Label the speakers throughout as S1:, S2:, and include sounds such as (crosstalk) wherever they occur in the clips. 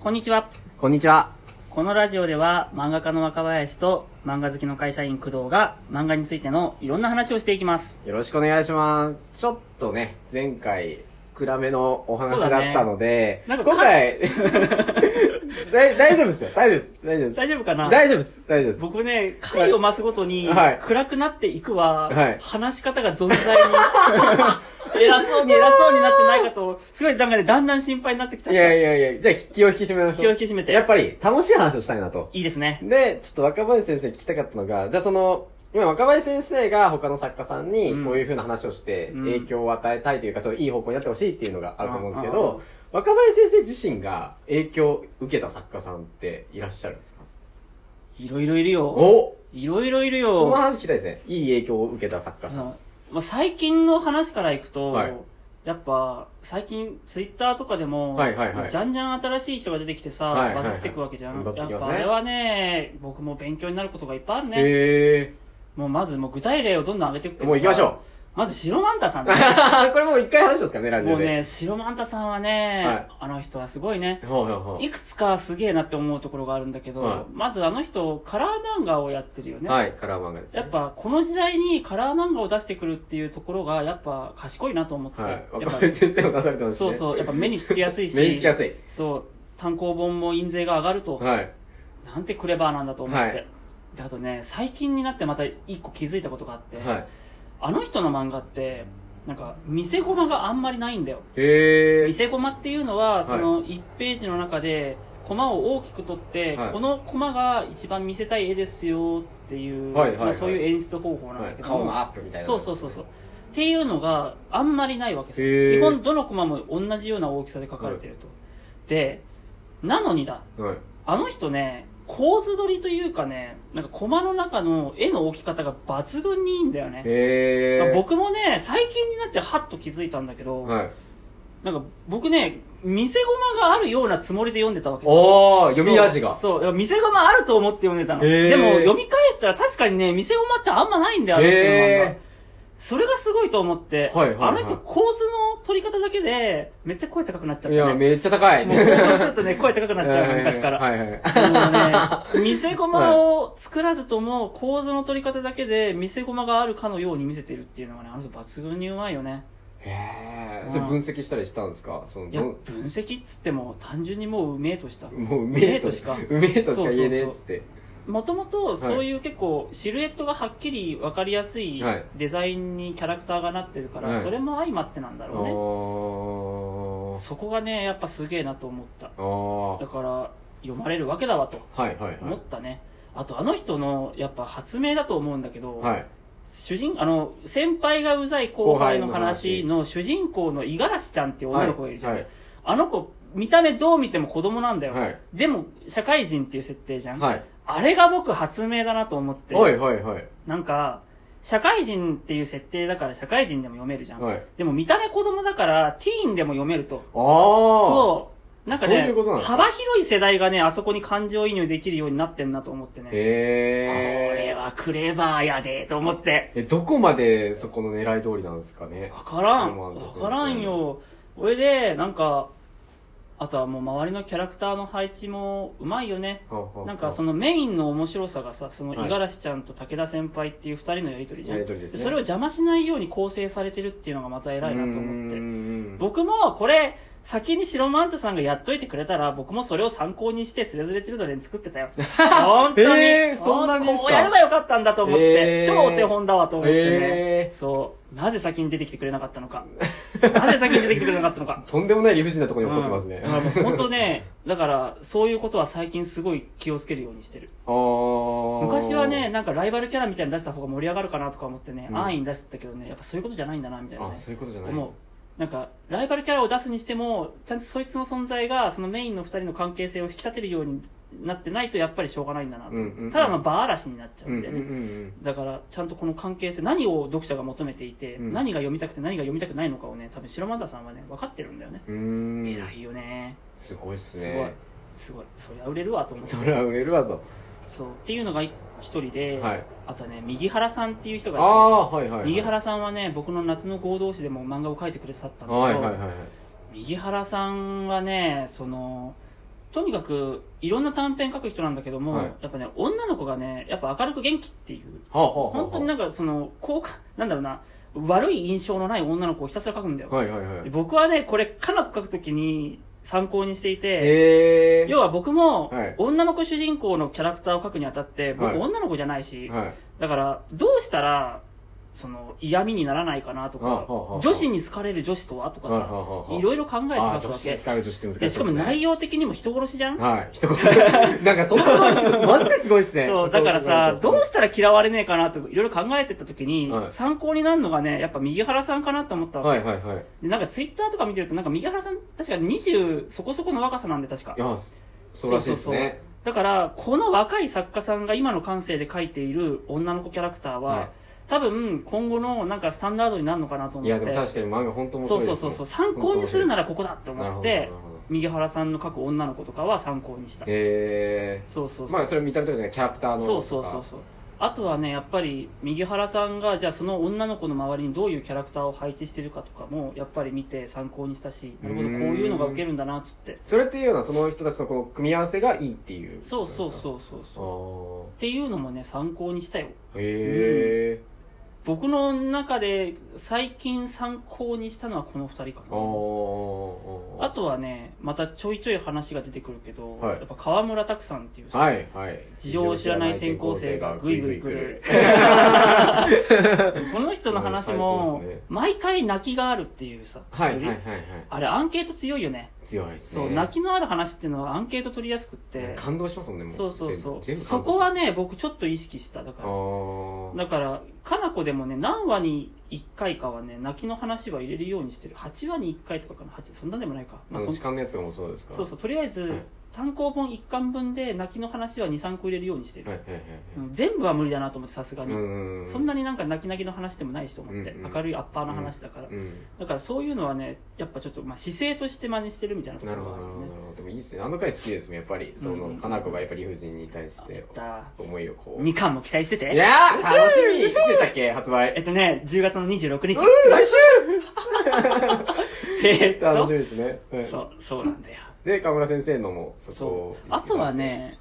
S1: こんにちは。
S2: こんにちは。
S1: このラジオでは漫画家の若林と漫画好きの会社員工藤が漫画についてのいろんな話をしていきます。
S2: よろしくお願いします。ちょっとね、前回、暗めのお話
S1: そうだ
S2: だ
S1: ね
S2: ったので、
S1: なんか
S2: 今回 (laughs) だい、大丈夫ですよ。大丈夫です。大丈夫です。
S1: 大丈夫かな
S2: 大丈夫です。大丈夫です。
S1: 僕ね、回を増すごとに、
S2: はい
S1: 暗くなっていくは、
S2: はい
S1: 話し方が
S2: (laughs)
S1: 存在に、偉そうに偉そうになってないかと、すごいなんかね、だんだん心配になってきちゃった。
S2: いやいやいや、じゃあ気を引き締めましょう。
S1: 気を引き締めて
S2: やっぱり、楽しい話をしたいなと。
S1: いいですね。
S2: で、ちょっと若林先生聞きたかったのが、じゃあその、今若林先生が他の作家さんに
S1: うん
S2: こういう風な話をして
S1: うん
S2: 影響を与えたいというか、ちょっといい方向になってほしいっていうのがあると思うんですけ
S1: あああ
S2: ど、若林先生自身が影響を受けた作家さんっていらっしゃるんですか
S1: いろいろいるよ。
S2: お
S1: いろいろいる
S2: その
S1: よ。
S2: 話聞きたいですね。いい影響を受けた作家
S1: あ
S2: さん。
S1: のまあ、最近の話からいくと、
S2: はい
S1: やっぱ、最近、ツイッターとかでも、
S2: はいはいはい
S1: じゃんじゃん新しい人が出てきてさ、
S2: はいはいはい
S1: バズってくわけじゃん。
S2: バズってき
S1: や
S2: ま
S1: っぱ
S2: すね
S1: あれはね、僕も勉強になることがいっぱいあるね。
S2: へ
S1: もうまず、もう具体例をどんどん上げていくけ
S2: ー。
S1: ど
S2: もう行きまし
S1: う。
S2: ょ
S1: まず、白マンタさんね。
S2: う。 (laughs) これもう一回話しますからね、ラジ
S1: も
S2: オ
S1: う
S2: で。
S1: ね、白マンタさんはね、
S2: はい
S1: あの人はすごいね。
S2: ほうほうほ
S1: いくつかすげえなって思うところがあるんだけど、
S2: はい
S1: まずあの人、カラー漫画をやってるよ
S2: う。
S1: ね。
S2: はい、カラー漫画です、ね。
S1: やっ、ぱこの時代にカラー漫画を出してくるっていうところがやっぱ賢いなと思って、
S2: はい。
S1: やっ
S2: 若
S1: ぱ
S2: 林先生も出されてますね。
S1: そうそうやっぱ目につきやすいし
S2: 目につきやすい。
S1: そう単行本も印税が上がると、
S2: はい。
S1: なんてクレバーなんだと思って、
S2: はい
S1: であとね最近になってまた一個気づいたことがあって、
S2: はい。
S1: あの人の漫画ってなんか見せゴマがあんまりないんだよ
S2: へー
S1: 見。せゴマっていうのは、
S2: い
S1: その1ページの中で、コマを大きく取って、
S2: はい
S1: このコマが一番見せたい絵ですよっていう、
S2: はいはいはい
S1: まあ、そういう演出方法なんだけども、
S2: アップみた
S1: そうそうそうそうっていうのがあんまりないわけですよ
S2: へー
S1: 基本どのコマも同じような大きさで描かれてると、でなのにだ
S2: う。はい。
S1: あの人ね構図取りというかねなんかコマの中の絵の置き方が抜群にいいんだよね、
S2: へ
S1: まあ
S2: ー。
S1: 僕もね最近になってハッと気づいたんだけど、
S2: はい。
S1: なんか僕ね見せゴマがあるようなつもりで読んでたわけですよ
S2: おー、読み味が。
S1: そうそう見せゴマあると思って読んでたの、
S2: へー
S1: でも読み返したら確かにね見せゴマってあんまないんだよあの人の漫画
S2: へ
S1: それがすごいと思って、
S2: はいはいはい
S1: あの人構図の取り方だけで、めっちゃ声高くなっちゃ
S2: ー。
S1: っ
S2: いや、
S1: て、ね。
S2: めっちゃ高い。
S1: もうこうするとね、声高くなっちゃうの、
S2: (laughs) はい
S1: 昔から。
S2: はいはい。
S1: でもね、見せ駒を作らずとも、構図の取り方だけで、見せ駒があるかのように見せてるっていうのがね、あの人抜群にうまいよね。
S2: へ
S1: う
S2: ー。
S1: ん
S2: それ分析したりしたんですかその、
S1: いや、
S2: ど
S1: 分析っつっても、単純にもううめえとした。
S2: もうう
S1: う
S2: め
S1: めえ
S2: え
S1: と
S2: と
S1: し
S2: し
S1: か
S2: か、うめえとしか言えねえっつって。
S1: もともと、そういう結構、シルエットがはっきり分かりやすい
S2: はい
S1: デザインにキャラクターがなってるから、
S2: はい
S1: それも相まってなんだろうね。
S2: おー。
S1: そこがね、やっぱすげえなと思った。
S2: お
S1: だ
S2: ー。
S1: から読まれるわけだわと
S2: はいはいは
S1: 思っ
S2: い。
S1: たね、あとあの人のやっぱ発明だと思うんだけど、
S2: はい。
S1: 主人あの先輩がうざい後輩の話
S2: 後輩
S1: の主人公の五十嵐ちゃんっていう
S2: は
S1: 女
S2: い
S1: の子がいるじゃん、
S2: はい
S1: あの子見た目どう見ても子供なんだよ、
S2: はい
S1: でも社会人っていう設定じゃん、
S2: はい。
S1: あれが僕発明だなと思って、
S2: はいはいはい。
S1: なんか社会人っていう設定だから社会人でも読めるじゃん、
S2: はい。
S1: でも見た目子供だからティーンでも読めると
S2: あー。
S1: そう。なんか
S2: そう
S1: ね
S2: いうことなんですか
S1: 幅広い世代がね、あそこに感情移入できるようになってんなと思ってね。こ
S2: へー。
S1: れはクレバーやで、と思って。
S2: え、どこまでそこの狙い通りなんですかね
S1: わから
S2: そ
S1: ん。
S2: うなんで
S1: わ
S2: すね
S1: からんよ。これで、なんか、あとはもう周りのキャラクターの配置もうまいよね。なんかそ
S2: の、
S1: のメインの面白さがさ、その
S2: はい
S1: 五十嵐ちゃんと武田先輩っていう二人のやりとりじゃん。
S2: やりとりですね
S1: それを邪魔しないように構成されてるっていうのがまた偉いなと思って。
S2: 思
S1: 僕もこれ先に白マンタさんがやっといてくれたら僕もそれを参考にしてスレズレチルドレン作って
S2: (laughs)
S1: たよ本当に、
S2: えーそんなにですか
S1: こうやればよかったんだと思って、
S2: えー
S1: 超お手本だわと思ってね、
S2: えー
S1: そうなぜ先に出てきてくれなかったのかなぜ先に出てきてくれなかったのか
S2: とんでもない理不尽なところに (laughs) 怒ってますね。
S1: うんだからもう本当ねだからそういうことは最近すごい気をつけるようにしてる
S2: あー
S1: 昔はね、なんかライバルキャラみたいに出した方が盛り上がるかなとか思ってね、
S2: うん
S1: 安易に出してたけどねやっぱそういうことじゃないんだなみたいなね
S2: あ、そういうことじゃない。
S1: 思うなんかライバルキャラを出すにしてもちゃんとそいつの存在がそのメインの2人の関係性を引き立てるようになってないとやっぱりしょうがないんだなと、
S2: うんうんうん
S1: ただの場嵐になっちゃう
S2: う
S1: ん
S2: んうん
S1: で
S2: う
S1: ね、
S2: ん
S1: だからちゃんとこの関係性何を読者が求めていて、
S2: うん
S1: 何が読みたくて何が読みたくないのかをね多分白マダさんはね分かってるんだよね、
S2: うん。うーん
S1: 偉いよね
S2: すごいっす
S1: すごい
S2: ね。
S1: すごいそりゃ売れるわと思って
S2: それは売れるわと。
S1: そうっていうのが一人で、
S2: はい。
S1: あとね右原さんっていう人
S2: あ
S1: がいて
S2: あー、はいはいはい。
S1: 右原さんはね僕の夏の合同誌でも漫画を描いてくれてたんだけど、
S2: はいはいはいはい。
S1: 右原さんはねそのとにかくいろんな短編書く人なんだけども、
S2: はい
S1: やっぱね女の子がねやっぱ明るく元気っていう
S2: はあ、はあはあ、
S1: 本当になんかその効果なんだろうな悪い印象のない女の子をひたすら書くんだよ、
S2: はいはいはい。
S1: 僕はねこれかなこ書くときに参考にしていて、
S2: ええ
S1: 要は僕も、
S2: はい
S1: 女の子主人公のキャラクターを書くにあたって僕、
S2: はい
S1: 女の子じゃないし、
S2: はい。
S1: だからどうしたらその嫌味にならないかなと
S2: あは
S1: か
S2: あはあ
S1: 女子に好かれる女子とはとか
S2: はいはい
S1: さ
S2: はいはい
S1: いろいろ考えて
S2: ああ
S1: 書く
S2: 女
S1: わ
S2: 子に
S1: け
S2: 使う女子って難しい
S1: で
S2: ですね。
S1: しかも内容的にも人殺しじゃん
S2: はい。一言。なんかそのストーリーマジですごいっすね。
S1: そう、だからさ、どう
S2: し
S1: したら嫌われねえかなといろいろ考えてった時に、
S2: はい
S1: 参考になるのがね、やっぱ右原さんかなと思ったわけ。
S2: はいはいはい。
S1: でなんかツイッターとか見てると、なんか右原さん、確か20そこそこの若さなんで確か
S2: い。や、そうらしいですね。
S1: だから、この若い作家さんが今の感性で書いている女の子キャラクターは、
S2: は
S1: 多分今後のなんかスタンダードになるのかなと思
S2: い。
S1: っ
S2: い
S1: て。
S2: や、でも確かに漫画本当面
S1: そ
S2: 白
S1: う
S2: いです
S1: そ
S2: ね。
S1: うそうそう、参考にするならここだって
S2: なるほ
S1: 思っ
S2: ど。な
S1: て
S2: る、ほど
S1: 右原さんの書く女の子とかは参考にした。
S2: え
S1: そうそうそ
S2: え
S1: う。
S2: まあ、それ見た目とかじゃない、キャラクターの。
S1: そうそうそう。そうあとはねやっぱり右原さんがじゃあその女の子の周りにどういうキャラクターを配置してるかとかもやっぱり見て参考にしたしなるほど
S2: う
S1: こ
S2: ー
S1: うんいうのが受けるんだなっつって
S2: それっていうような、その人たちのこの組み合わせがいいっていう。
S1: そうそう
S2: う。
S1: そうそうそうっ
S2: あ
S1: ていうのもね参考にしたよ
S2: あ。へえ。
S1: 僕の中で最近参考にしたのはこの2人
S2: あ
S1: か
S2: あ。
S1: なあとはねまたちょいちょい話が出てくるけど、
S2: はい
S1: やっぱ川村拓さんっていうさ
S2: はい、はい。
S1: 事情を知らない転校生がぐいぐい来
S2: (laughs)
S1: る。この人の話も
S2: もう最高ですね
S1: 毎回泣きがあるっていうさ、
S2: は
S1: スト
S2: い、はい、
S1: ー
S2: は
S1: リー。
S2: い
S1: あれアンケート強いよね
S2: 強いですね。
S1: そう、泣きのある話っていうのはアンケート取りやすくって
S2: 感動しますもんね、もう。
S1: そうそうそう
S2: 全部
S1: そこは、ね僕ちょっと意識しただ
S2: あ
S1: から
S2: あ。
S1: だからかなこでもね何話に1回かはね泣きの話は入れるようにしてる8話に1回とかかな8そんなでもないか、まあ、
S2: あ
S1: そ
S2: の、
S1: ん
S2: 時間のやつとかもそうですか
S1: そうそうとりあえず、
S2: はい
S1: 単行本1巻分で泣きの話は23個入れるようにしてる、
S2: はい、はい、はい
S1: うん全部は無理だなと思ってさすが
S2: はい。
S1: に、
S2: う
S1: そんな
S2: に、
S1: になんか泣き泣きの話でもないしと思って、
S2: うんうん
S1: 明るいアッパーな話だから、
S2: うん。
S1: だからそういうのはねやっぱちょっと、まあ、姿勢として真似してるみたいなとこ
S2: なる
S1: ろ
S2: ほど、
S1: があ
S2: な
S1: る
S2: る
S1: よ
S2: ほど
S1: ね。
S2: でもいいっすね。あの回好きですもん、やっぱり。そ
S1: うんうん
S2: の、かなこがやっぱ理不尽に対し
S1: や
S2: て
S1: っ、た
S2: 思いをこう。
S1: みかんも期待して
S2: い
S1: て
S2: やー楽しみいつでしたっけ発
S1: えっ
S2: 売。
S1: とね10月の26日
S2: うん来週
S1: えっ
S2: 楽し
S1: と
S2: みですね。はい
S1: そうそうなんだよ
S2: で、河村先生のも、そこ
S1: そ
S2: を
S1: うあとは、ね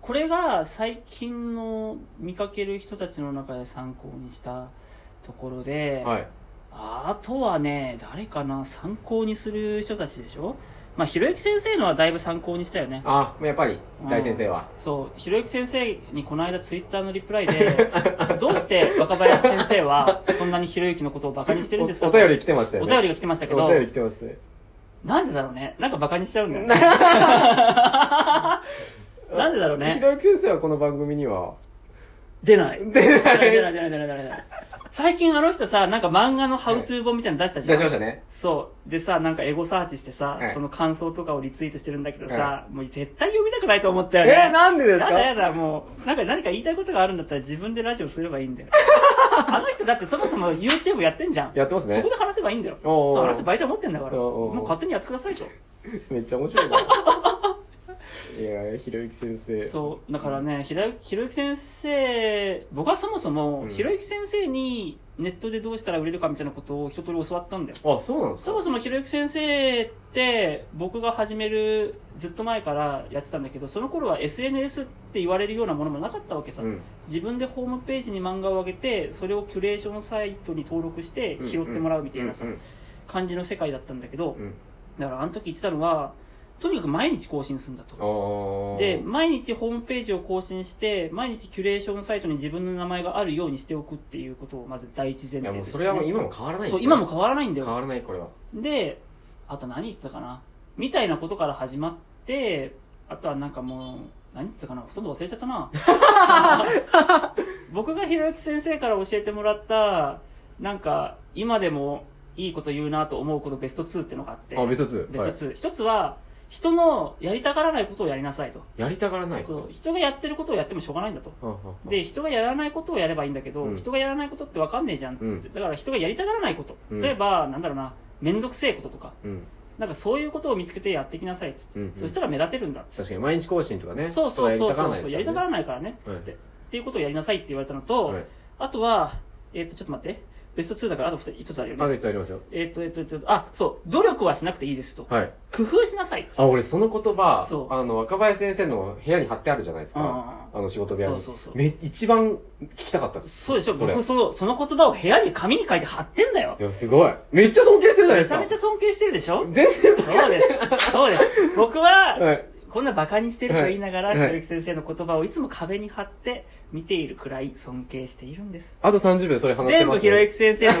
S1: これが最近の見かける人たちの中で参考にしたところで、
S2: はい。
S1: あとはね誰かな参考にする人たちでしょまあひろゆき先生のはだいぶ参考にしたよね
S2: あ、やっぱり、大先生は。
S1: そう、ひろゆき先生にこの間ツイッターのリプライ
S2: (laughs)
S1: で、どうして若林先生はそんなにひろゆきのことをバカにしてるんですか
S2: おお便り来てましたよ
S1: お
S2: ね。
S1: 便りが来てましたけど
S2: お、便り来てましたね。
S1: なんでだろうね。なんかバカにしちゃうんだよ
S2: (laughs)
S1: ね。なんでだろう
S2: ひ
S1: ね。
S2: ろゆき先生はこの番組には、
S1: 出ない。
S2: 出な
S1: 出
S2: い
S1: ない、出ない、出ない、出ない出ない。最近あの人さ、なんか漫画のハウトゥー本みたいなの出した
S2: 出
S1: じゃん。
S2: しましたね。
S1: そう。でさ、なんかエゴサーチしてさ、
S2: はい
S1: その感想とかをリツイートしてるんだけどさ、もう絶対読みたくないと思ったよね。
S2: えー、なんでです
S1: やだや
S2: か
S1: だもうなんか何か言いたいことがあるんだったら自分でラジオすればいいんだよ
S2: (laughs)
S1: あの人だってそもそも YouTube やってんじゃん
S2: やってますね
S1: そこで話せばいいんだよ
S2: おうおう
S1: そうあの人媒体持ってんだから
S2: おうおうおう
S1: もう勝手にやってくださいと
S2: めっちゃ面白
S1: (laughs)
S2: いな。いやー、ひろゆき先生。
S1: そうだからねひらひろゆき先生僕はそもそも、
S2: うん
S1: ひろゆき先生にネットでどうしたら売れるかみたいなことを一通り教わったんだよ
S2: あ、そうなんですか
S1: そもそもひろゆき先生って僕が始めるずっと前からやってたんだけどその頃は SNS って言われるようなものもなかったわけさ、
S2: うん。
S1: 自分でホームページに漫画を上げてそれをキュレーションサイトに登録して拾ってもらうみたいなさ
S2: うん
S1: 感じの世界だったんだけど
S2: うんうん
S1: だからあの時言ってたのはとにかく毎日更新するんだと
S2: ああ。
S1: で毎日ホームページを更新して毎日キュレーションサイトに自分の名前があるようにしておくっていうことをまず第一前
S2: い
S1: 提
S2: や、も
S1: と
S2: う
S1: して
S2: それはもう今も変わらないです
S1: そ
S2: ね
S1: う今も変わらないんだ
S2: 変
S1: よ
S2: わらない、これは。
S1: であと何言ってたかなみたいなことから始まってあとはなんかもう何言ってたかなほとんど忘れちゃったな
S2: (laughs)
S1: 僕がひろゆき先生から教えてもらったなんか今でもいいこと言うなと思うことベスト2ってのがあって
S2: あ、別冊。
S1: ベスト
S2: は
S1: 2、
S2: い
S1: 一つは人のやりたがらないことをやりなさいと
S2: やりたがらないこ
S1: そう
S2: と。
S1: 人がやってることをやってもしょうがないんだと
S2: はあはあ、
S1: で人がやらないことをやればいいんだけど、
S2: うん
S1: 人がやらないことって分かんねえじゃんっつって、
S2: うん
S1: だから人がやりたがらないこと、
S2: うん
S1: 例えばなんだろうな面倒くせえこととか
S2: うん。
S1: なんかそういうことを見つけてやってきなさいっつって、
S2: うんうん
S1: そしたら目立てるんだっつっ
S2: 確かに毎日更新とか
S1: て、
S2: ね。
S1: そうそうそうそうそう、や
S2: れ
S1: り
S2: やり
S1: たが
S2: たがら
S1: ら
S2: ない
S1: ないからねっつって、
S2: は
S1: っていうことをやりなさいって言われたのと、
S2: はい
S1: あとはえっ、とちょっと待ってベスト2だからあと2つ、1つある
S2: あ
S1: よ
S2: と
S1: ね。
S2: 一つありますよ。
S1: えっと、えっと、えっと、あ、そう、努力はしなくていいですと。
S2: はい。
S1: 工夫しなさい。
S2: あ、俺その言葉
S1: そ、う
S2: あの、若林先生の部屋に貼ってあるじゃないです
S1: うん
S2: か。あの、仕事部屋
S1: そ
S2: に。
S1: うそうそう
S2: め、一番聞きたかったです。
S1: そうでしょ
S2: それ
S1: 僕そう、その言葉を部屋に紙に書いて貼ってんだよ。
S2: いや、すごい。めっちゃ尊敬してるじゃない
S1: め
S2: で
S1: ち
S2: すか。
S1: ゃめちゃ尊敬してるでしょ
S2: 全然バカ
S1: そうです。そうです。僕は、
S2: はい。
S1: こんなバカにしてると言いながら、
S2: はい
S1: ひろゆき先生の言葉をいつも壁に貼って見ているくらい尊敬しているんです。
S2: あと30秒でそれ話せ
S1: 全
S2: ま
S1: 部
S2: す
S1: ひろゆき先生のおか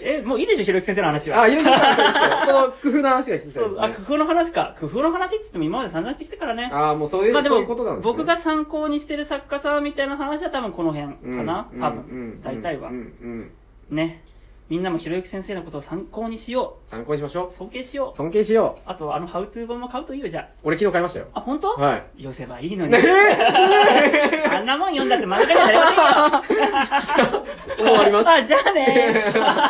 S1: げ。え、 (laughs) もういいでしょ、ひろゆき先生の話は。
S2: あ、いろいろ話したいですよ。その工夫の話が聞きたいです、
S1: そ
S2: ね。
S1: うあ、工夫の話か。工夫の話って言っても今まで散々してきてからね。
S2: ああ、もうそういう、
S1: まあで
S2: そう
S1: も、
S2: いうことなんですね。
S1: 僕が参考にしてる作家さんみたいな話は多分この辺かな、
S2: うん
S1: 多
S2: うんう
S1: 分
S2: ん。
S1: 大体は
S2: うんう。ん。
S1: ね。みんなもひろゆき先生のことを参考にしよ
S2: 参考にしましょ
S1: う。尊敬しよ
S2: う。
S1: う。
S2: 尊敬しよう。
S1: あと、あの、ハウトゥー本も買うといいよ、じゃ
S2: 俺昨日買いましたよ。
S1: あ。あ、本当？
S2: はい。
S1: (laughs) 寄せばいいのに。
S2: (laughs)
S1: あんなもん読んだって漫画になりませんよ。
S2: (laughs) 終わります。 (laughs)
S1: あ、じゃあねー。